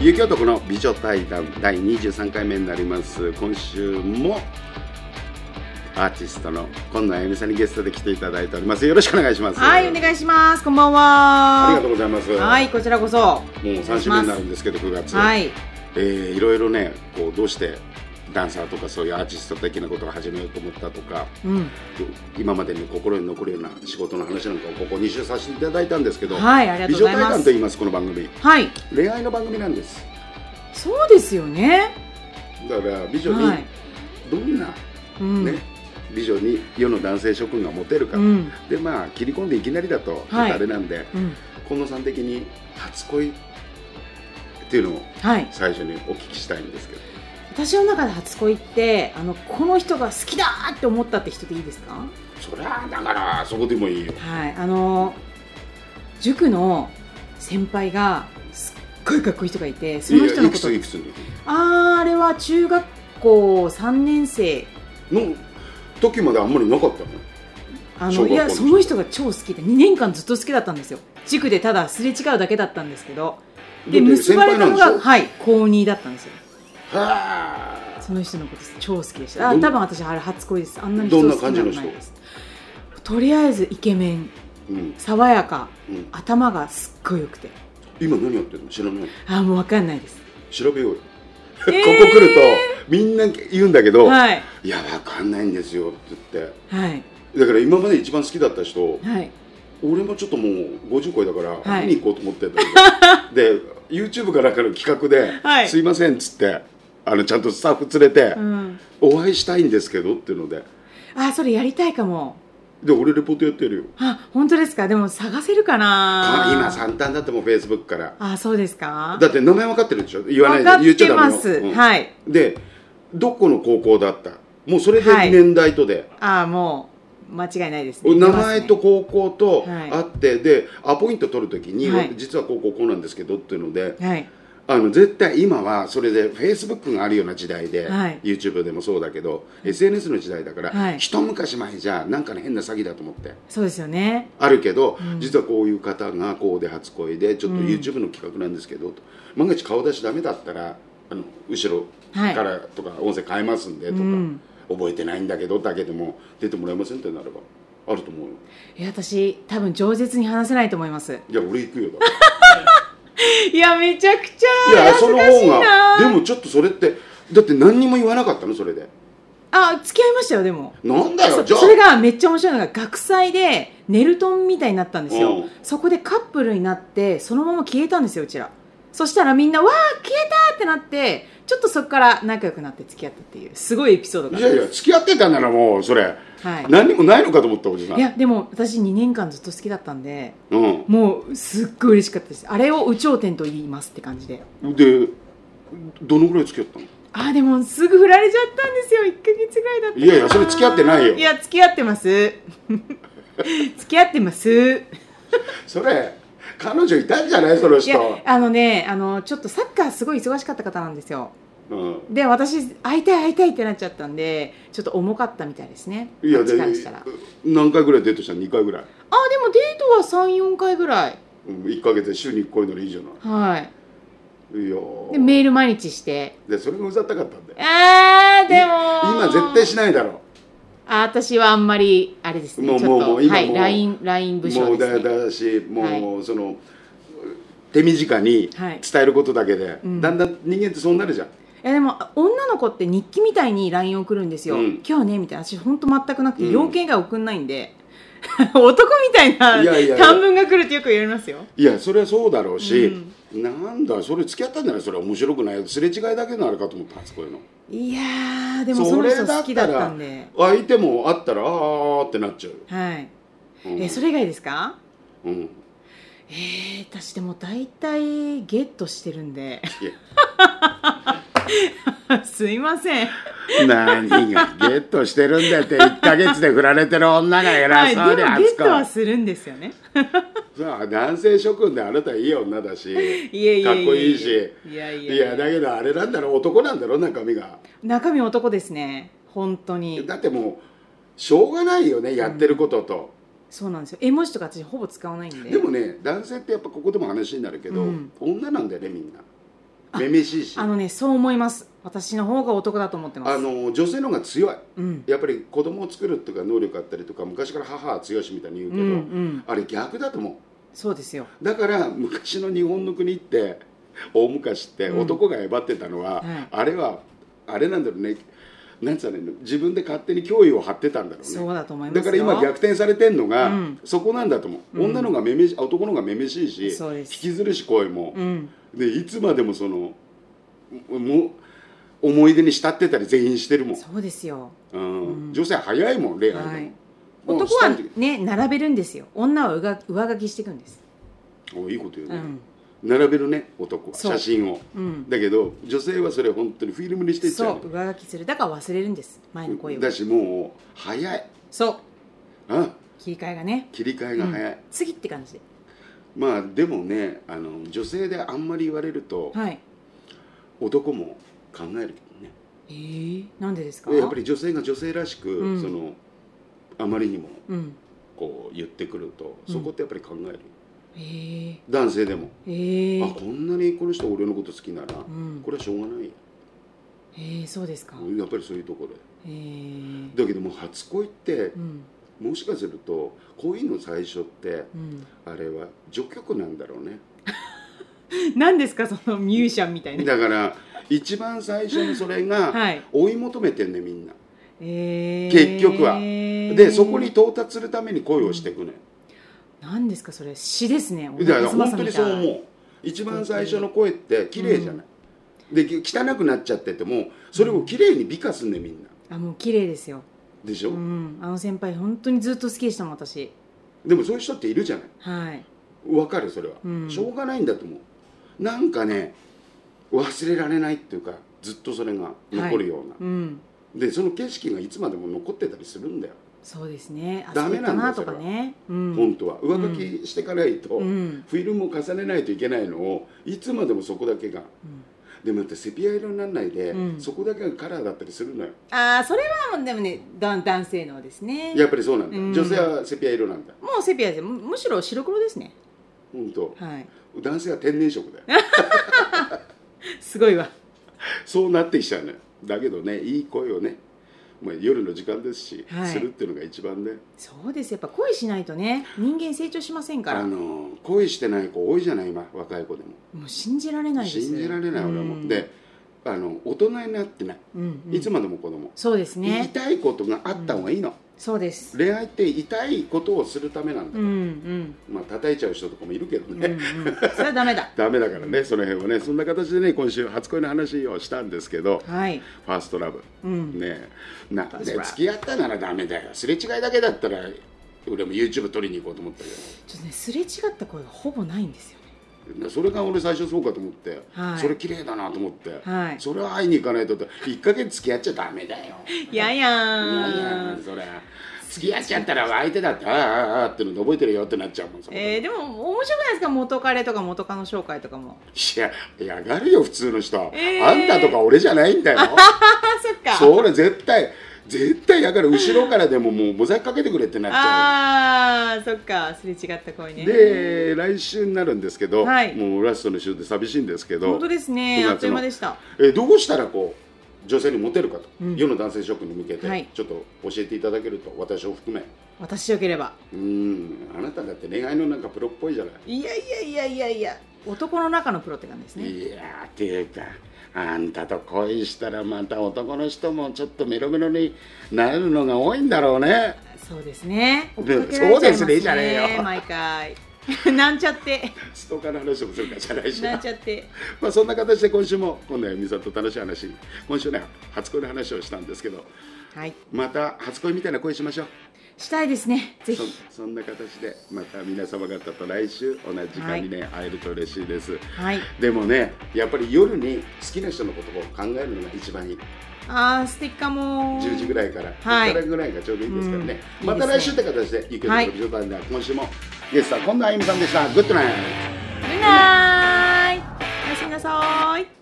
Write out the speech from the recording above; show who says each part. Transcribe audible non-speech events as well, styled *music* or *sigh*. Speaker 1: 雪男の美女対談第23回目になります今週もアーティストの今野あゆみさんにゲストで来ていただいておりますよろしくお願いします
Speaker 2: はい、お願いします。こんばん
Speaker 1: あり
Speaker 2: は
Speaker 1: がと。うございます
Speaker 2: はい、こちらこそ。は
Speaker 1: もう3週目になるんですけど9月、
Speaker 2: い。
Speaker 1: えーいろいろねこうどうしてダンサーとかそういうアーティスト的なことを始めようと思ったとか
Speaker 2: うん。
Speaker 1: 今までに心に残るような仕事の話なんかをここ2週させていただいたんですけど、
Speaker 2: はい、ありがと
Speaker 1: 美
Speaker 2: うご
Speaker 1: 女
Speaker 2: ざい
Speaker 1: 対
Speaker 2: ま
Speaker 1: 談と
Speaker 2: す。
Speaker 1: 言いますこの番組
Speaker 2: はい。
Speaker 1: 恋愛の番組なんです
Speaker 2: そうですよね。
Speaker 1: だから美女に
Speaker 2: はい。
Speaker 1: どんな、
Speaker 2: うん。
Speaker 1: ね美女に世の男性諸君がモテるか、
Speaker 2: うん。
Speaker 1: でまあ切り込んでいきなりだと、
Speaker 2: はい
Speaker 1: あれなんで
Speaker 2: うん。
Speaker 1: 近野さん的に初恋っていうのを
Speaker 2: はい。
Speaker 1: 最初にお聞きしたいんですけど
Speaker 2: 私の中で初恋って、あの、この人が好きだーって思ったって人でいいですか。
Speaker 1: そりゃあだからそこでもいいよ
Speaker 2: はい、あの。塾の先輩が。すっごいかっこいい人がいて、その人
Speaker 1: いや
Speaker 2: の
Speaker 1: いく
Speaker 2: こと
Speaker 1: つ。いくつに
Speaker 2: あー、あれは中学校三年生。
Speaker 1: の時まであんまりなかったの
Speaker 2: あ
Speaker 1: 小
Speaker 2: の
Speaker 1: 学校
Speaker 2: いや
Speaker 1: の
Speaker 2: その人が超好きで2年間ずっと好きだったんですよ塾でただすれ違うだけだったんですけどで
Speaker 1: だって
Speaker 2: 結ばれた
Speaker 1: 先
Speaker 2: の
Speaker 1: 輩なん
Speaker 2: が
Speaker 1: でし
Speaker 2: はい高2だったんですよ
Speaker 1: ょは
Speaker 2: その人のこと超好きでしたあ
Speaker 1: どん
Speaker 2: 多分私あれ初恋ですあんなに
Speaker 1: どん
Speaker 2: 人
Speaker 1: な
Speaker 2: 好き
Speaker 1: 感じ
Speaker 2: な
Speaker 1: の
Speaker 2: の
Speaker 1: 人
Speaker 2: ないですとりあえずイケメン
Speaker 1: ーうん
Speaker 2: 爽やか
Speaker 1: うん、
Speaker 2: 頭がすっごい良くて
Speaker 1: 今何やってるの知らない
Speaker 2: あもう分かんないです
Speaker 1: 調べようよ、*laughs*
Speaker 2: え
Speaker 1: ここ来るとみんな言うんだけど、
Speaker 2: はい
Speaker 1: いやわかんないんですよって言って
Speaker 2: はい
Speaker 1: だから今まで一番好きだった人
Speaker 2: はい
Speaker 1: 俺もちょっともう50超えだから、
Speaker 2: はい
Speaker 1: 見に行こうと思ってたんだ
Speaker 2: *laughs*
Speaker 1: けどで YouTube かなんかの企画で「
Speaker 2: はい
Speaker 1: すいません」っつってあのちゃんとスタッフ連れて
Speaker 2: う、ん
Speaker 1: お会いしたいんですけどっていうので
Speaker 2: あそれやりたいかも
Speaker 1: で俺レポートやってるよ
Speaker 2: あ本当ですかでも探せるかな
Speaker 1: あ今簡単だってもう Facebook から
Speaker 2: あそうですか
Speaker 1: だって名前分かってるでしょ言わない
Speaker 2: 分
Speaker 1: で
Speaker 2: かっ
Speaker 1: 言っちゃ
Speaker 2: て
Speaker 1: ダ
Speaker 2: ま
Speaker 1: メよ
Speaker 2: す、
Speaker 1: うん
Speaker 2: はい
Speaker 1: でどこの高校だったもうそれで
Speaker 2: はい
Speaker 1: 年代とで、
Speaker 2: ああもう間違いないですね
Speaker 1: 名前と高校と
Speaker 2: はい
Speaker 1: あって、でアポイント取るときに、
Speaker 2: はい
Speaker 1: 実は高校こうなんですけどっていうので、
Speaker 2: はい
Speaker 1: あの絶対今はそれでフェイスブックがあるような時代で、
Speaker 2: はい
Speaker 1: YouTube でもそうだけど SNS の時代だから、
Speaker 2: はい
Speaker 1: 一昔前じゃなんかね変な詐欺だと思って
Speaker 2: そうですよね
Speaker 1: あるけど、
Speaker 2: うん
Speaker 1: 実はこういう方がこうで初恋でちょっと
Speaker 2: うん
Speaker 1: YouTube の企画なんですけど、と万が一顔出しダメだったらあの後ろ
Speaker 2: はい
Speaker 1: からとか音声変えますんで
Speaker 2: う
Speaker 1: とか、
Speaker 2: ん
Speaker 1: 覚えてないんだけどだけでも出てもらえませんってなればあると思うよ
Speaker 2: いや私多分饒舌に話せないと思います
Speaker 1: いや俺行くよだから
Speaker 2: いやめちゃくち
Speaker 1: い
Speaker 2: ゃ
Speaker 1: や
Speaker 2: 恥
Speaker 1: そ
Speaker 2: ず
Speaker 1: の
Speaker 2: か
Speaker 1: 方
Speaker 2: し *laughs* いな
Speaker 1: がでもちょっとそれってだって何にも言わなかったのそれで
Speaker 2: あ付き合いましたよでも
Speaker 1: なんだよ
Speaker 2: そ
Speaker 1: じゃあ
Speaker 2: それがめっちゃ面白いのが学祭でネルトンみたいになったんです
Speaker 1: う
Speaker 2: よ
Speaker 1: ん
Speaker 2: そこでカップルになってそのまま消えたんですようちらそしたらみんなわー消えたってなってちょっとそこから仲良くなって付き合ったっていうすごいエピソードがあ
Speaker 1: い
Speaker 2: りま
Speaker 1: や
Speaker 2: す
Speaker 1: いや付き合ってたならもうそれ
Speaker 2: はい
Speaker 1: 何にもないのかと思ったおじさん
Speaker 2: いやでも私2年間ずっと好きだったんで
Speaker 1: う
Speaker 2: もうすっごい嬉しかったですあれを有頂天と言いますって感じで
Speaker 1: んでどのぐらい付き合ったの
Speaker 2: あーでもすぐ振られちゃったんですよ1ヶ月ぐらいだったかない
Speaker 1: やいやそれ付き合ってないよ
Speaker 2: いや付き合ってます
Speaker 1: *laughs*
Speaker 2: 付き合ってます
Speaker 1: それ彼女いたんじゃないその
Speaker 2: いや
Speaker 1: 人
Speaker 2: あのねあのちょっとサッカーすごい忙しかった方なんですよ
Speaker 1: うん
Speaker 2: で私会いたい会いたいってなっちゃったんでちょっと重かったみたいですね
Speaker 1: いや
Speaker 2: こっ
Speaker 1: で
Speaker 2: ちからしたらあーで
Speaker 1: 何回ぐらいデートしたの2回ぐらい
Speaker 2: もデートは34回ぐらい
Speaker 1: 1か月で週に1回ならいいじゃな
Speaker 2: はい
Speaker 1: いいや
Speaker 2: でメール毎日して
Speaker 1: でそれがうざったかったんだよ
Speaker 2: あーでも
Speaker 1: 今絶対しないだろ
Speaker 2: あ私はあんまりあれですね
Speaker 1: もう
Speaker 2: ちょっ
Speaker 1: もうも
Speaker 2: と
Speaker 1: う今
Speaker 2: は
Speaker 1: も
Speaker 2: いう LINE, LINE 武
Speaker 1: も
Speaker 2: 将
Speaker 1: う
Speaker 2: で
Speaker 1: だ
Speaker 2: すね
Speaker 1: だしもうその手短に
Speaker 2: はい
Speaker 1: 伝えることだけで
Speaker 2: うん
Speaker 1: だんだん人間ってそうなるじゃん
Speaker 2: いやでも女の子って日記みたいに LINE 送るんですよ、
Speaker 1: うん
Speaker 2: 今日ねみたいな私本当全くなくて、
Speaker 1: うん
Speaker 2: 要件が送んないんで *laughs* 男みたいない
Speaker 1: やいやいや
Speaker 2: 短文が来るってよく言われますよ
Speaker 1: いやそれはそうだろうし、なんだそれ付き合ったんじゃないそれ面白くないすれ違いだけのあれかと思った初恋の
Speaker 2: いやーでもその人好きだったんで
Speaker 1: 相手もあったらあーってなっちゃうよ、
Speaker 2: はい、
Speaker 1: うん
Speaker 2: えそれ以外ですか
Speaker 1: うん
Speaker 2: *laughs*
Speaker 1: い
Speaker 2: えー、私でも大体ゲットしてるんで *laughs* すいません
Speaker 1: や何がゲットしてるんだって1か月で振られてる女が偉
Speaker 2: はいで
Speaker 1: そう
Speaker 2: も
Speaker 1: で
Speaker 2: ゲッ
Speaker 1: 初
Speaker 2: トは
Speaker 1: 恋
Speaker 2: するんですよね
Speaker 1: さあ男性諸君であなたいい女だし
Speaker 2: いえいええ
Speaker 1: かっこいいし
Speaker 2: いやい
Speaker 1: い
Speaker 2: や
Speaker 1: やだけどあれなんだろう男なんだろう中身が
Speaker 2: 中身男ですね本当に
Speaker 1: だってもうしょうがないよねやってることと、
Speaker 2: そうなんですよ絵文字とか私ほぼ使わないんで
Speaker 1: でもね男性ってやっぱここでも話になるけど、
Speaker 2: うん
Speaker 1: 女なんだよねみんなめめしいし
Speaker 2: あ
Speaker 1: あ
Speaker 2: のねそう思います私の方が男だと思ってます
Speaker 1: の女性の方が強い
Speaker 2: うん
Speaker 1: やっぱり子供を作るとか能力あったりとか昔から母は強しみたいに言う
Speaker 2: う
Speaker 1: け
Speaker 2: ん
Speaker 1: ど、
Speaker 2: うん
Speaker 1: あれ逆だと思
Speaker 2: そうですよ
Speaker 1: うだから昔の日本の国って大昔って
Speaker 2: うん
Speaker 1: 男がえばってたのは、
Speaker 2: はい
Speaker 1: あれはあれなんだろうねなんつうの自分で勝手に脅威を張ってたんだろうね
Speaker 2: そうだと思います
Speaker 1: だ
Speaker 2: よ
Speaker 1: から今逆転されてんのが、
Speaker 2: うん
Speaker 1: そこなんだと思う、
Speaker 2: うん
Speaker 1: 女の方がめめし男の方がめめしいし
Speaker 2: そうで
Speaker 1: 引
Speaker 2: す
Speaker 1: きずるし声も、
Speaker 2: うん
Speaker 1: でいつまでもそのも思い出に慕ってたり全員してるもん、
Speaker 2: そうですよ
Speaker 1: うん
Speaker 2: うん
Speaker 1: 女性早いもん恋愛でも、
Speaker 2: はい
Speaker 1: もう
Speaker 2: 男
Speaker 1: ス
Speaker 2: は
Speaker 1: タン
Speaker 2: ね並べるんですよ女は上書上書きしていくんです
Speaker 1: ドおいいこと言う
Speaker 2: う
Speaker 1: ね、
Speaker 2: ん
Speaker 1: 並べるね男は
Speaker 2: そう
Speaker 1: 写真を
Speaker 2: うん
Speaker 1: だけど女性はそれ本当にフィルムにしてっちゃ
Speaker 2: そうう上書きするだから忘れるんです前の恋を
Speaker 1: だしもう早い
Speaker 2: そう
Speaker 1: あ
Speaker 2: 切り替えがね
Speaker 1: 切り替えが早い、
Speaker 2: 次って感じで
Speaker 1: まあでもねあの女性であんまり言われると、
Speaker 2: はい
Speaker 1: 男も考えるけどね
Speaker 2: えー、なんでですか
Speaker 1: でやっぱり女性が女性らしく、
Speaker 2: うん
Speaker 1: そのあまりにも
Speaker 2: うん
Speaker 1: こう言ってくると
Speaker 2: うん
Speaker 1: そこってやっぱり考える、
Speaker 2: えー、
Speaker 1: 男性でも、
Speaker 2: えー、
Speaker 1: あこんなにこの人俺のこと好きなら、
Speaker 2: うん
Speaker 1: これはしょうがないよ
Speaker 2: えー、そうですか
Speaker 1: やっぱりそういうところ
Speaker 2: えー、
Speaker 1: だけどもう初恋って
Speaker 2: うん
Speaker 1: もしかすると恋の最初って
Speaker 2: うん
Speaker 1: あれは序曲なんだろうね
Speaker 2: 何ですかそのミュージシャンみたいな
Speaker 1: だから一番最初にそれが
Speaker 2: はい
Speaker 1: 追い求めてんねみんな、
Speaker 2: えー、
Speaker 1: 結局はでそこに到達するために恋をしていくね、
Speaker 2: 何ですかそれ詩ですね
Speaker 1: だから本
Speaker 2: 小
Speaker 1: 当
Speaker 2: 田和
Speaker 1: に
Speaker 2: 正
Speaker 1: そう
Speaker 2: みたい
Speaker 1: 思う一番最初の声って綺麗じゃない、でき汚くなっちゃっててもそれを綺麗に美化すんねみんな
Speaker 2: あもう綺麗ですよ
Speaker 1: でしょ、
Speaker 2: うん、あの先輩本当にずっと好きでしたもん私
Speaker 1: でもそういう人っているじゃない
Speaker 2: はい
Speaker 1: わかるそれは、
Speaker 2: うん
Speaker 1: しょうがないんだと思うなんかね忘れられないっていうかずっとそれが残るような、
Speaker 2: うん
Speaker 1: でその景色がいつまでも残ってたりするんだよ、
Speaker 2: そうですねあ
Speaker 1: ダメなんだ
Speaker 2: そうだなとかねうん
Speaker 1: 本当は上書きしていかないと、
Speaker 2: うん
Speaker 1: フィルムを重ねないといけないのをいつまでもそこだけが
Speaker 2: うん
Speaker 1: でもだってセピア色にならないで、
Speaker 2: うん
Speaker 1: そこだけがカラーだったりするのよ
Speaker 2: ああそれはもうでもねだ男性のですね
Speaker 1: やっぱりそうなんだ、
Speaker 2: うん
Speaker 1: 女性はセピア色なんだ
Speaker 2: もうセピアですむむしろ白黒ですね
Speaker 1: 本当
Speaker 2: はい
Speaker 1: 男性は天然色だよ
Speaker 2: すごいわ
Speaker 1: そうなってきちゃうのよだけどねいい声をね、まあ、夜の時間ですし、
Speaker 2: はい
Speaker 1: するっていうのが一番ね
Speaker 2: そうですやっぱ恋しないとね人間成長しませんか
Speaker 1: あ
Speaker 2: らも
Speaker 1: のー恋してない子多いじゃない今若い子でも
Speaker 2: う信じられないです
Speaker 1: 信じられない俺はも、う
Speaker 2: うん、
Speaker 1: であの大人になってない、
Speaker 2: うんうん
Speaker 1: いつまでも子供、
Speaker 2: そうです
Speaker 1: 言い
Speaker 2: ね
Speaker 1: たいことがあった方がいいの、
Speaker 2: そうです
Speaker 1: 恋愛って痛いことをするためなんだ
Speaker 2: うん
Speaker 1: から、
Speaker 2: うん
Speaker 1: まあ叩いちゃう人とかもいるけど
Speaker 2: うん
Speaker 1: ね、
Speaker 2: うんそれはダメだ
Speaker 1: ダメだからねその辺はねそんな形でね今週初恋の話をしたんですけど
Speaker 2: はい
Speaker 1: ファーストラブ
Speaker 2: うん
Speaker 1: ねえなんで
Speaker 2: 確かに
Speaker 1: 付き合ったならダメだよすれ違いだけだったら俺も YouTube 撮りに行こうと思ったけ
Speaker 2: ちょっとねすれ違った声がほぼないんですよね
Speaker 1: どそれが俺最初そうかと思って、
Speaker 2: はい
Speaker 1: それ綺麗だなと思って、
Speaker 2: はい
Speaker 1: それは会いに行かないとって1ヶ月付き合っちゃダメだよ
Speaker 2: やや
Speaker 1: いやいや
Speaker 2: ーん
Speaker 1: それ付き合っちゃったら相手だってああああああっての覚えてるよってなっちゃうもんそんなの
Speaker 2: えー、でも面白くないですか元彼とか元カノ紹介とかも
Speaker 1: いや嫌がるよ普通の人、
Speaker 2: えー
Speaker 1: あんたとか俺じゃないん
Speaker 2: *laughs*
Speaker 1: だよ
Speaker 2: あそっか
Speaker 1: それ絶対絶対嫌がる後ろからでももうモザイクかけてくれってなっちゃう
Speaker 2: あーそっかすれ違った声ね
Speaker 1: で来週になるんですけど、
Speaker 2: はい
Speaker 1: もうラストの週で寂しいんですけど
Speaker 2: 本当ですね
Speaker 1: 9月の
Speaker 2: あっという間でした
Speaker 1: えどうしたらこう女性にモテるかと、
Speaker 2: うん
Speaker 1: 世の男性諸君に向けて、
Speaker 2: はい
Speaker 1: ちょっと教えていただけると私を含め
Speaker 2: 私よければ
Speaker 1: うんあなただって恋愛のなんかプロっぽいじゃない、
Speaker 2: いやいやいやいやいや男の中のプロって感じですね
Speaker 1: いやーっていうかあんたと恋したらまた男の人もちょっとメロメロになるのが多いんだろうね
Speaker 2: そうですね
Speaker 1: うん
Speaker 2: 追っかけられちゃいま
Speaker 1: そうですねいいじゃねえよ
Speaker 2: 毎回
Speaker 1: *laughs*
Speaker 2: なんちゃって
Speaker 1: ストーカーの話もするかじゃないし
Speaker 2: なんちゃって
Speaker 1: まあそんな形で今週も今度は美里と楽しい話今週ね初恋の話をしたんですけど
Speaker 2: はい
Speaker 1: また初恋みたいな恋しましょう
Speaker 2: したいですねぜひ
Speaker 1: そそんな形でまた皆様方と来週同じ時間にね、会えると嬉しいです
Speaker 2: はい
Speaker 1: でもねやっぱり夜に好きな人のことを考えるのが一番いい
Speaker 2: あーステッカーも
Speaker 1: 10時ぐらいから、
Speaker 2: はい
Speaker 1: からぐらいがちょうどいいですからね、
Speaker 2: うん
Speaker 1: また
Speaker 2: い
Speaker 1: 来
Speaker 2: いです
Speaker 1: 週っ
Speaker 2: ね
Speaker 1: て形で「ゆく
Speaker 2: は
Speaker 1: の
Speaker 2: い
Speaker 1: 旅情談」では今週もゲストは今度あゆみさんでしたグッドナイト
Speaker 2: ぐらいおやすみなさーい